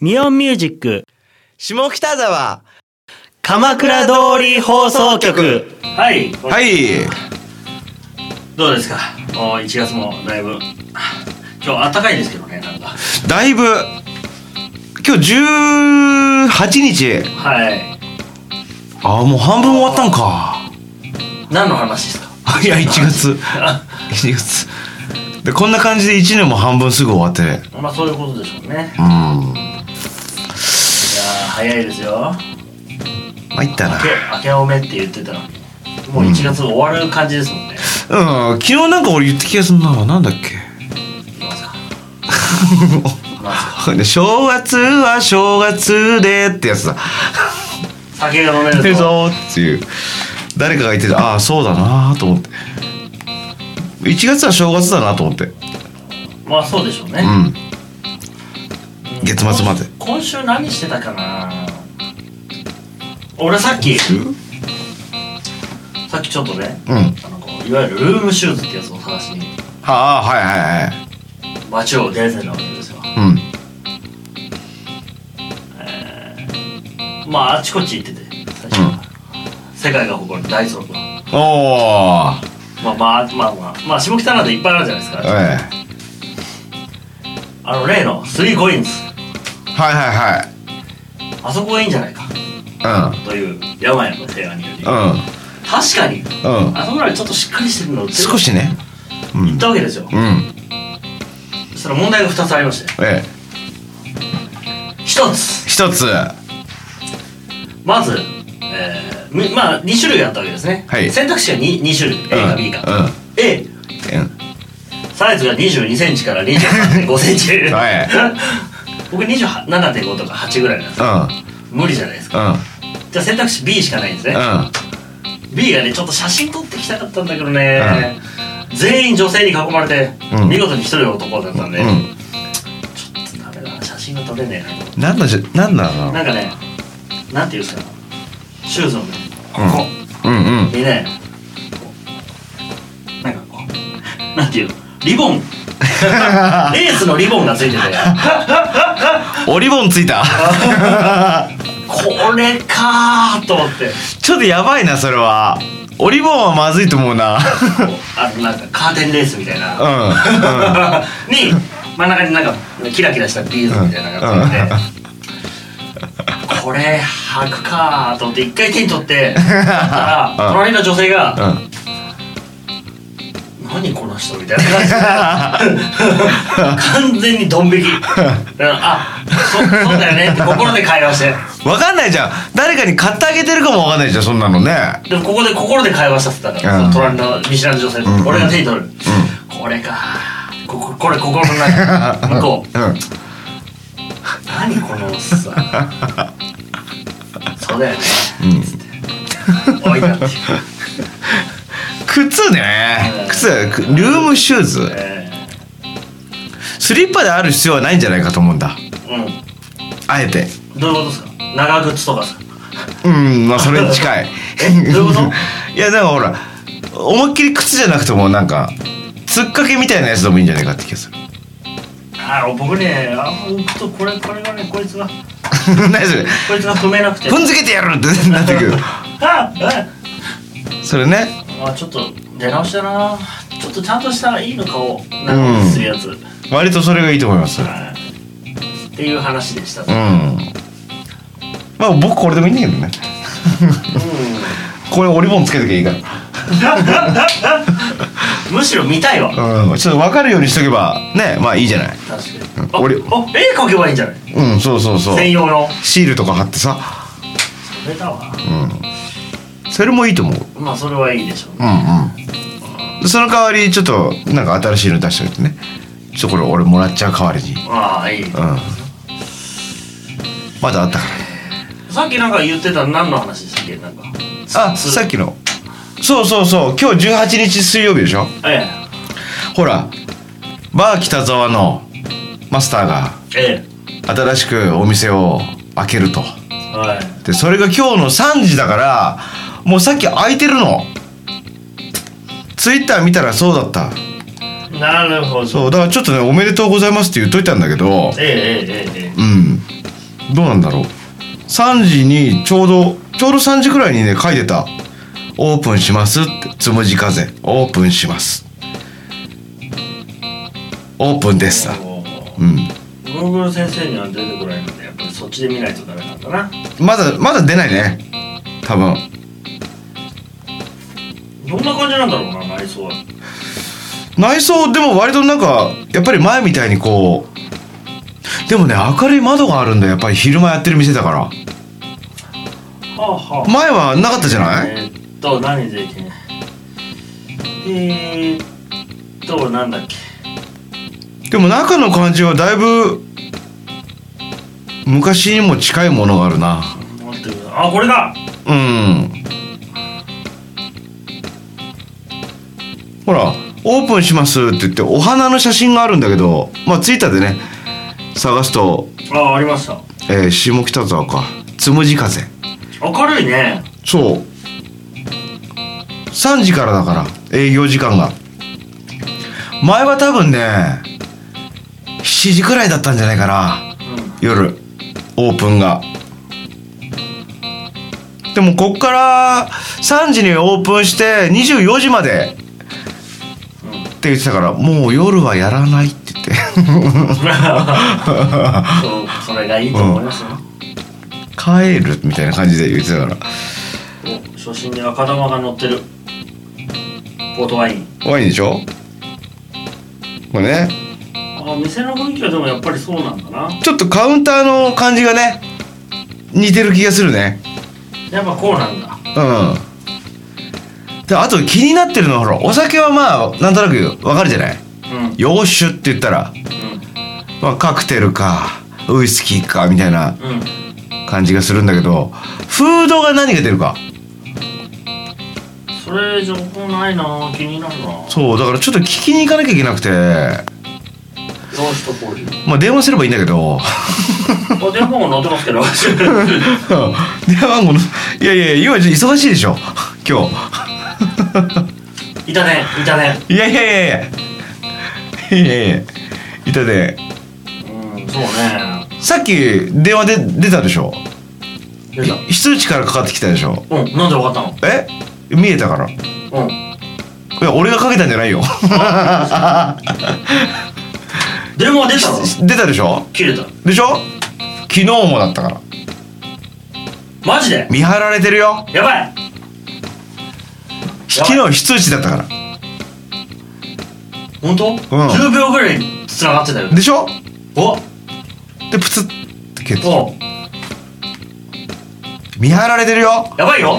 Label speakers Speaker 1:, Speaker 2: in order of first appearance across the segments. Speaker 1: ミオンミュージック
Speaker 2: 下北沢
Speaker 1: 鎌倉通り放送局はい、
Speaker 3: はい。
Speaker 1: どうですかもう1月もだいぶ今日暖かいですけどねなんか
Speaker 3: だいぶ、今日18日。
Speaker 1: はい
Speaker 3: ああ、もう半分終わったんか。
Speaker 1: 何の話ですか
Speaker 3: いや、1月。1月。で、こんな感じで1年も半分すぐ終わって。
Speaker 1: まあそういうことでしょうねいや
Speaker 3: うん。ま
Speaker 1: ー早いですよ
Speaker 3: いったな
Speaker 1: 明。け明けおめって言ってたのにもう1月終わる感じですもんね、
Speaker 3: うん、昨日なんか俺言った気がするな。なんだっけ。
Speaker 1: いきますかいきますか
Speaker 3: で正月は正月でってやつだ。
Speaker 1: 酒が飲め ると
Speaker 3: でぞーっていう誰かが言っててああそうだなーと思って1月は正月だなと思ってう
Speaker 1: まあそうでしょうね、
Speaker 3: ん月末まで
Speaker 1: 今週何してたかな俺さっきさっきちょっとね
Speaker 3: うん
Speaker 1: あのこういわゆるルームシューズってやつを探しに
Speaker 3: ああはいはいはい
Speaker 1: 街を出てるわけですよ
Speaker 3: うん
Speaker 1: まああちこち行ってて最初は、世界が誇るダイソーと
Speaker 3: おー
Speaker 1: まあまあまあまあまあ下北なんていっぱいあるじゃないですか
Speaker 3: え
Speaker 1: あの例のスリーコインズ
Speaker 3: えはいは
Speaker 1: あそこがいいんじゃないか
Speaker 3: いは
Speaker 1: という山々の提案により確
Speaker 3: い
Speaker 1: かに
Speaker 3: うんうんうん
Speaker 1: あそこらでちょっとしっかりしてるのを
Speaker 3: 少しねう
Speaker 1: 行っ
Speaker 3: ん
Speaker 1: たわけですよ
Speaker 3: うん
Speaker 1: そしたら問題が2つありまして
Speaker 3: ええ
Speaker 1: 1つ
Speaker 3: 一つは
Speaker 1: まず、えーみまあ2種類あったわけですね、
Speaker 3: はい
Speaker 1: 選択肢が 2, 2種類 A か B か、
Speaker 3: うんうん
Speaker 1: A サイズが2 2ンチから2 3 5センチ
Speaker 3: はい
Speaker 1: 僕27.5とか8ぐらいなんです
Speaker 3: う
Speaker 1: よ
Speaker 3: ん
Speaker 1: 無理じゃないですか
Speaker 3: うん
Speaker 1: じゃあ選択肢 B しかないんですね、
Speaker 3: うん
Speaker 1: B がねちょっと写真撮ってきたかったんだけどね、全員女性に囲まれて、
Speaker 3: うん
Speaker 1: 見事に一人の男だったんで、
Speaker 3: うん
Speaker 1: ちょっとダメだな写真が撮れねえなと
Speaker 3: 何のじゃ何なの
Speaker 1: なんかねなんていうんですかシューズのねここ、
Speaker 3: うんうん
Speaker 1: にねなんかこうなんていうのリボン レースのリボンがついてて
Speaker 3: おリボンついた
Speaker 1: これかーと思って
Speaker 3: ちょっとやばいなそれはオリボンはまずいと思うな
Speaker 1: こうあのなんかカーテンレースみたいな、
Speaker 3: うん、うん、
Speaker 1: に真ん中になんかキラキラしたビーズみたいなのがついてて、これ履くかーと思って一回手に取っ てたら
Speaker 3: うん
Speaker 1: 隣の女性が
Speaker 3: うん
Speaker 1: 「何この人」みたいな 感じで完全にドン引きあそそうだよねって心で会話して
Speaker 3: わかんないじゃん誰かに買ってあげてるかもわかんないじゃんそんなのね
Speaker 1: でもここで心で会話させたから、
Speaker 3: うん
Speaker 1: その隣の見知らぬ女性と、
Speaker 3: うん
Speaker 1: 俺が手に取る、これかこここれ心の 中向こう
Speaker 3: うん
Speaker 1: 何このおっさ んそうだよね、つって置いたっていう、
Speaker 3: 靴ね靴くルームシューズ
Speaker 1: え
Speaker 3: スリッパである必要はないんじゃないかと思うんだ
Speaker 1: ーう
Speaker 3: あえて
Speaker 1: んどういうことですか長靴とかさ
Speaker 3: うんまあそれに近い
Speaker 1: えどういうこ
Speaker 3: いやなんかほら思いっきり靴じゃなくてもなんかつっかけみたいなやつでもいいんじゃないかって気がする
Speaker 1: あー僕ねあんま置くとこれこれがねこいつが
Speaker 3: 何それ
Speaker 1: こいつが踏めなくて
Speaker 3: 踏んづけてやるってなってくる
Speaker 1: ああ
Speaker 3: それね
Speaker 1: あちょっと出直しだなちょっとちゃんとしたいいのかをなんかするやつ、
Speaker 3: 割とそれがいいと思います
Speaker 1: っていう話でした、
Speaker 3: うんまあ僕これでもいいんだけどねこれオリボンつけときゃいいから
Speaker 1: むしろ見たいわ
Speaker 3: うん、ちょっと分かるようにしとけばねまあいいじゃない
Speaker 1: 確
Speaker 3: うん
Speaker 1: か
Speaker 3: 俺
Speaker 1: にああ絵描けばいいんじゃない
Speaker 3: うんそうそうそう
Speaker 1: 専用の
Speaker 3: シールとか貼ってさ
Speaker 1: それだわ
Speaker 3: それもいいと思う
Speaker 1: まあそれはいいでしょうね
Speaker 3: うんうんその代わりちょっとなんか新しいの出しておいてねちょっとこれ俺もらっちゃう代わりに
Speaker 1: ああいい、
Speaker 3: うんまだあったからね
Speaker 1: さっきなんか言ってた何の話でしたっけなんか
Speaker 3: あ
Speaker 1: つ
Speaker 3: さっきのそうそうそう今日18日水曜日でしょ
Speaker 1: え
Speaker 3: ほらバー北沢のマスターが
Speaker 1: ええ
Speaker 3: 新しくお店を開けると
Speaker 1: えはい
Speaker 3: でそれが今日の3時だからもうさっき空いてるのツイッター見たらそうだった
Speaker 1: なるほど
Speaker 3: そうだからちょっとね「おめでとうございます」って言っといたんだけど
Speaker 1: えええええええ
Speaker 3: うんどうなんだろう3時にちょうどちょうど3時くらいにね書いてた「オープンします」ってつむじ風オープンしますオープンですだうん
Speaker 1: ゴーグル先生には出てこないのでやっぱりそっちで見ないとダメなんだな
Speaker 3: まだまだ出ないね多分
Speaker 1: どんな感じなんだろうな内装は
Speaker 3: 内装でも割となんかやっぱり前みたいにこうでもね明るい窓があるんだよやっぱり昼間やってる店だから
Speaker 1: はあは
Speaker 3: 前はなかったじゃ
Speaker 1: あ
Speaker 3: ない
Speaker 1: えーっと何でいけないえー、っとなんだっけ
Speaker 3: でも中の感じはだいぶ昔にも近いものがあるな
Speaker 1: 待ってくださいあこれだ
Speaker 3: うんほら「オープンします」って言ってお花の写真があるんだけどまあツイッターでね探すと、
Speaker 1: あありました
Speaker 3: えー下北沢かつむじ風
Speaker 1: 明るいね
Speaker 3: そう3時からだから営業時間が前は多分ね7時くらいだったんじゃないかな
Speaker 1: う
Speaker 3: 夜オープンがでもこっから3時にオープンして24時までって言ってたからもう夜はやらないって言って
Speaker 1: んそうそれがいいと思いますよ、
Speaker 3: 帰るみたいな感じで言ってたから
Speaker 1: お初心に赤玉が乗ってるポートワイン
Speaker 3: ワインでしょこれね
Speaker 1: あ店の雰囲気はでもやっぱりそうなんだな
Speaker 3: ちょっとカウンターの感じがね似てる気がするね
Speaker 1: やっぱこうなんだ
Speaker 3: うんであと気になってるのはほらお酒はまあなんとなくわかるじゃない
Speaker 1: うんうん
Speaker 3: 洋酒って言ったら、まあ、カクテルかウイスキーかみたいな
Speaker 1: うん
Speaker 3: 感じがするんだけどフードが何が出るか
Speaker 1: それ情報ないな気になるな
Speaker 3: そうだからちょっと聞きに行かなきゃいけなくて
Speaker 1: ローストコーヒー
Speaker 3: まあ電話すればいいんだけど
Speaker 1: あ電話番号載ってますけど
Speaker 3: 電話番号のいやいやいや今忙しいでしょ今日。
Speaker 1: いたねいたね
Speaker 3: いやいやいやいやいやいやいたで
Speaker 1: うんそうね
Speaker 3: さっき電話で出たでしょ
Speaker 1: 出た
Speaker 3: 非通知からかかってきたでしょ
Speaker 1: うんなんでわかったの
Speaker 3: え見えたからい
Speaker 1: うん
Speaker 3: や俺がかけたんじゃないよ
Speaker 1: 電話出たの
Speaker 3: 出たでしょ
Speaker 1: 切れた
Speaker 3: でしょ昨日もだったから
Speaker 1: マジで
Speaker 3: 見張られてるよ
Speaker 1: やばい
Speaker 3: 昨日非通知だったか
Speaker 1: 本当、うん、10秒ぐらい繋がってたよ
Speaker 3: らでしょ
Speaker 1: お
Speaker 3: でプツッって消えて
Speaker 1: お
Speaker 3: 見張られてるよ
Speaker 1: やばいよ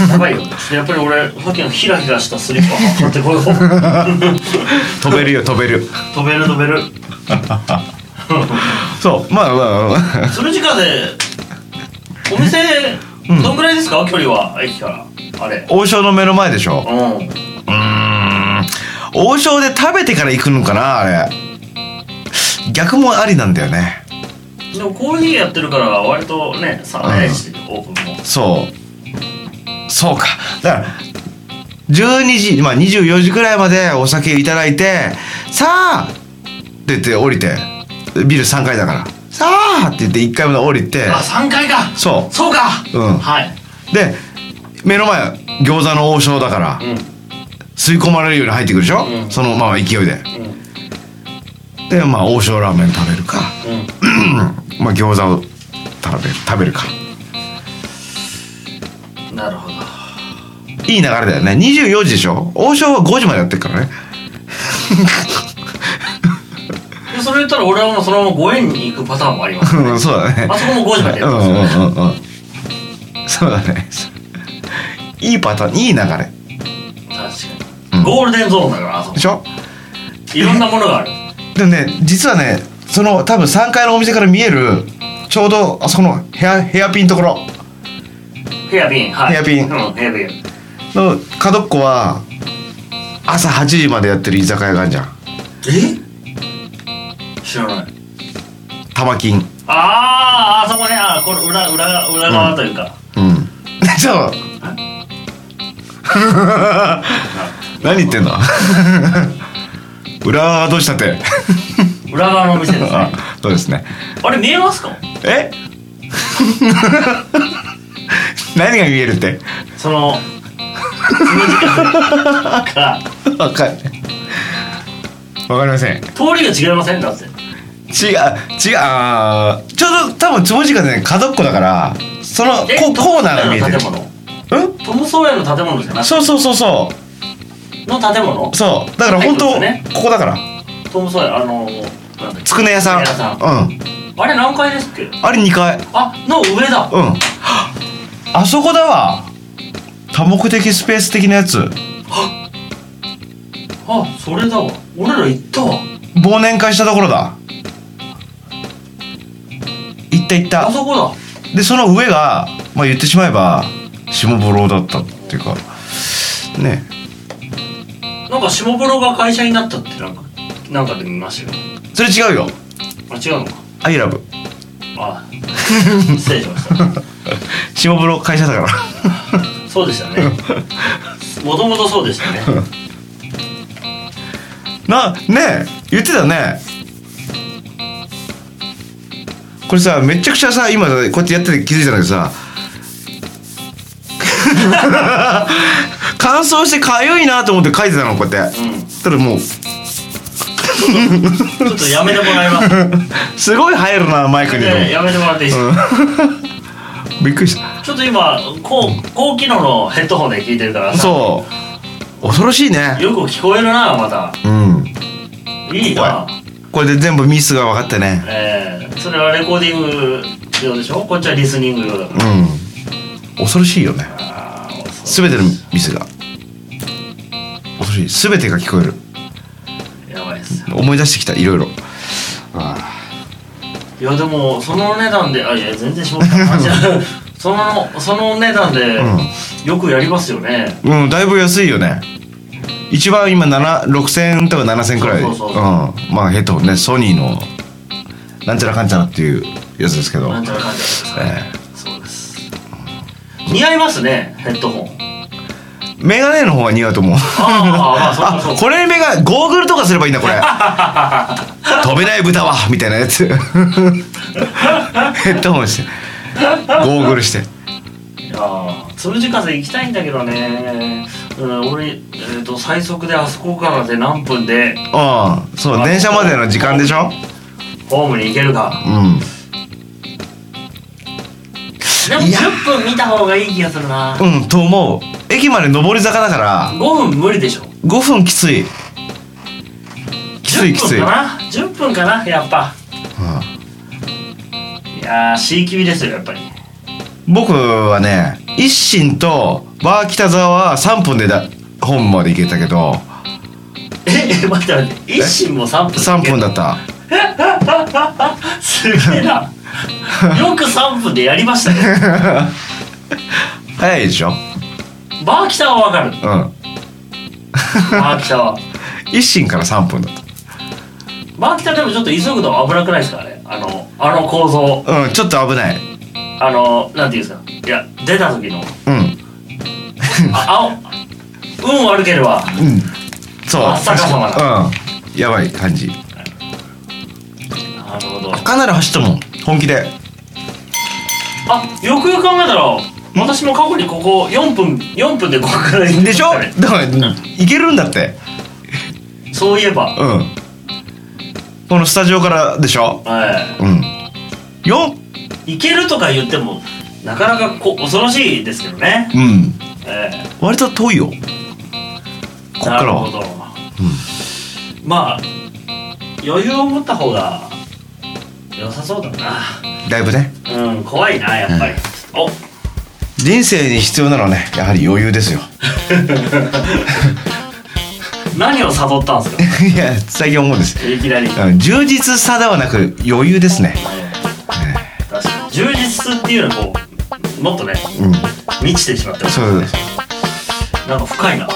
Speaker 1: やばいよやっぱり俺さっきのヒラヒラしたスリッパ買ってこよう
Speaker 3: 飛べるよ飛べる
Speaker 1: 飛べる飛べる
Speaker 3: そうまあまあまあ
Speaker 1: それ時間でお店どんぐらいですか、距離は駅からあれ
Speaker 3: 王将の目の前でしょ
Speaker 1: うん
Speaker 3: うーん王将で食べてから行くのかなあれ逆もありなんだよね
Speaker 1: でもコーヒーやってるから割とねさ早いし、オープンも
Speaker 3: そうそうかだから12時まあ24時くらいまでお酒いただいて「さあ!」って言って降りてビル3階だから「さあ!」って言って1階まで降りて
Speaker 1: あ三3階か
Speaker 3: そ
Speaker 1: そうか、
Speaker 3: うん
Speaker 1: はい、
Speaker 3: で目の前餃子の王将だから
Speaker 1: うん
Speaker 3: 吸い込まれるように入ってくるでしょ、
Speaker 1: うん
Speaker 3: そのまま勢いで
Speaker 1: うん
Speaker 3: でまあ王将ラーメン食べるか
Speaker 1: うん、
Speaker 3: まあ餃子を食べる食べるか
Speaker 1: なるほど
Speaker 3: いい流れだよね24時でしょ王将は5時までやってるからね
Speaker 1: でそれ言ったら俺はもうそのまま5円に行くパターンもあります
Speaker 3: うんそうだね
Speaker 1: あそこも5時まで
Speaker 3: う
Speaker 1: やっ
Speaker 3: んう
Speaker 1: て
Speaker 3: ん
Speaker 1: ますよね
Speaker 3: うんうんそうだねいいパターンいい流れ
Speaker 1: 確か
Speaker 3: うん
Speaker 1: にゴールデンゾーンだからあそこ
Speaker 3: でしょ
Speaker 1: いろんなものがある
Speaker 3: でもね実はねその多分3階のお店から見えるちょうどあそこのヘアヘアピンのところ
Speaker 1: ヘアピンはい
Speaker 3: ヘアピン
Speaker 1: うんヘアピン
Speaker 3: の角っこは朝8時までやってる居酒屋があるじゃん
Speaker 1: え知らない
Speaker 3: 玉金
Speaker 1: あーあそこねあーこの裏裏裏側というか、
Speaker 3: うん。 そう。何言ってんの 裏はどうしたって。
Speaker 1: 裏側のお店ですね
Speaker 3: あ、そうですね
Speaker 1: あれ見えますか
Speaker 3: え 何が見えるって
Speaker 1: そのその時間が
Speaker 3: わかんわかりません
Speaker 1: 通りが違いませんだって
Speaker 3: 違う違うあーちょうど多分坪時間でね角っこだからその
Speaker 1: え
Speaker 3: こ
Speaker 1: トム
Speaker 3: コーナーが見えてる
Speaker 1: ソーヤの建物
Speaker 3: うん
Speaker 1: トム・ソーヤの建物じゃなく
Speaker 3: そうそうそうそう
Speaker 1: の建物
Speaker 3: そうだから
Speaker 1: はい
Speaker 3: 本当、
Speaker 1: そうですね
Speaker 3: ここだから
Speaker 1: トム・ソーヤあのなんだっ
Speaker 3: つくね屋さん
Speaker 1: つくね屋
Speaker 3: う
Speaker 1: けあれ何階ですっけ
Speaker 3: んあれ2階
Speaker 1: あの上だ
Speaker 3: うんあそこだわ多目的スペース的なやつ
Speaker 1: あそれだわ俺ら行ったわ
Speaker 3: 忘年会したところだ行った行っ
Speaker 1: あ
Speaker 3: た
Speaker 1: そこだ
Speaker 3: でその上がまあ言ってしまえば下ボロだったっていうかね
Speaker 1: なんか下風呂が会社になったってなんかなんかで見ましたよ
Speaker 3: それ違うよ
Speaker 1: あ違うのか
Speaker 3: 「アイラブ
Speaker 1: あ失礼しました
Speaker 3: 下風呂会社だから
Speaker 1: そうでしたねもともとそうでしたね
Speaker 3: なねえ言ってたねこれさめちゃくちゃさ今こうやってやってて気づいたんだけど さ乾燥してかゆいなと思って書いてたのこうやって、
Speaker 1: うん
Speaker 3: ただもう
Speaker 1: ちょっとやめてもらい ます
Speaker 3: すごい入るなマイクに、
Speaker 1: ねやめてもらっていいですか、
Speaker 3: びっくりした
Speaker 1: ちょっと今高高機能のヘッドホンで聞いてるからさ
Speaker 3: そう恐ろしいね
Speaker 1: よく聞こえるなまた
Speaker 3: うん
Speaker 1: いいな
Speaker 3: これで全部ミスが分かってね
Speaker 1: えー、それはレコーディング用でしょこっちはリスニング用だから
Speaker 3: うん恐ろしいよね
Speaker 1: あーそう
Speaker 3: 全てのミスが恐ろしい全てが聞こえる
Speaker 1: やばいっすよ
Speaker 3: 思い出してきたいろいろ
Speaker 1: いやでもそのお値段であいや全然しまったなじゃあ そのそのお値段で
Speaker 3: う
Speaker 1: よくやりますよね、
Speaker 3: うんだいぶ安いよね一番今7 6000とか7000くらい、
Speaker 1: そうそうそうん
Speaker 3: まあヘッドホンねソニーのなんちゃらかんちゃらっていうやつですけど
Speaker 1: なんちゃらかんちゃらですか、
Speaker 3: え
Speaker 1: そうです似合いますねヘッドホン
Speaker 3: メガネの方が似合うと思 う
Speaker 1: あーまあ
Speaker 3: あ
Speaker 1: そうかそうか
Speaker 3: これメガゴーグルとかすればいいんだこれ飛べない豚はみたいな やつヘッドホンしてゴーグルして
Speaker 1: いやーつむじ風行きたいんだけどね、うん、俺、えー、と最速であそこからで何分で
Speaker 3: うんそう電車までの時間でしょ
Speaker 1: ホームに行けるか
Speaker 3: うん
Speaker 1: でも
Speaker 3: いや
Speaker 1: 10分見た方がいい気がするな
Speaker 3: うんと思う駅まで上り坂だから
Speaker 1: 5分無理でしょ
Speaker 3: 5分きついきつい
Speaker 1: 10
Speaker 3: きつい
Speaker 1: 分かな10分かなやっぱいやー C キビですよやっぱり
Speaker 3: 僕はね一心とバー北沢は3分でだホームまで行けたけど
Speaker 1: ええ待って待って一心も3分
Speaker 3: 3分だった
Speaker 1: すげえなよく3分でやりました ね
Speaker 3: 早いでしょ
Speaker 1: バーキタはわかる
Speaker 3: うん
Speaker 1: バーキタは
Speaker 3: 一心から3分だっ
Speaker 1: バーキタでもちょっと急ぐの危なくないですかねあのあの構造
Speaker 3: たうんちょっと危ない
Speaker 1: あのなんていうんですかいや出た時の
Speaker 3: うん
Speaker 1: あ青運悪ければ
Speaker 3: うんそう
Speaker 1: あ逆さま
Speaker 3: うんやばい感じ
Speaker 1: なるほど
Speaker 3: かなり走ったもん本気で
Speaker 1: あよくよく考えたら私も過去にここ4分4分でここから行ってま
Speaker 3: でしょ
Speaker 1: たね
Speaker 3: だから行けるんだって
Speaker 1: そういえば
Speaker 3: うんこのスタジオからでしょ
Speaker 1: は
Speaker 3: うんよ
Speaker 1: い行けるとか言ってもなかなかこう恐ろしいですけどね
Speaker 3: うん
Speaker 1: ええ
Speaker 3: 割と遠いよこっか
Speaker 1: なる
Speaker 3: ら
Speaker 1: ほ
Speaker 3: は
Speaker 1: ど、まあ余裕を持った方が良さそうだな
Speaker 3: だいぶね
Speaker 1: うん怖いなやっぱり、お
Speaker 3: 人生に必要なのはねやはり余裕ですよ
Speaker 1: 何を悟ったん ですか
Speaker 3: いや最近思うんです
Speaker 1: いきなり、
Speaker 3: うん充実さではなく余裕ですね
Speaker 1: 確かに充実っていうのはこうもっとね
Speaker 3: うん
Speaker 1: 満ちてしまってます
Speaker 3: そうです
Speaker 1: なんか深い な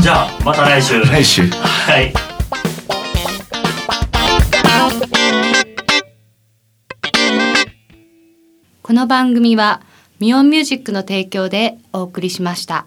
Speaker 1: じゃあまた来週
Speaker 3: 来週
Speaker 1: はい
Speaker 4: この番組はミオンミュージックの提供でお送りしました。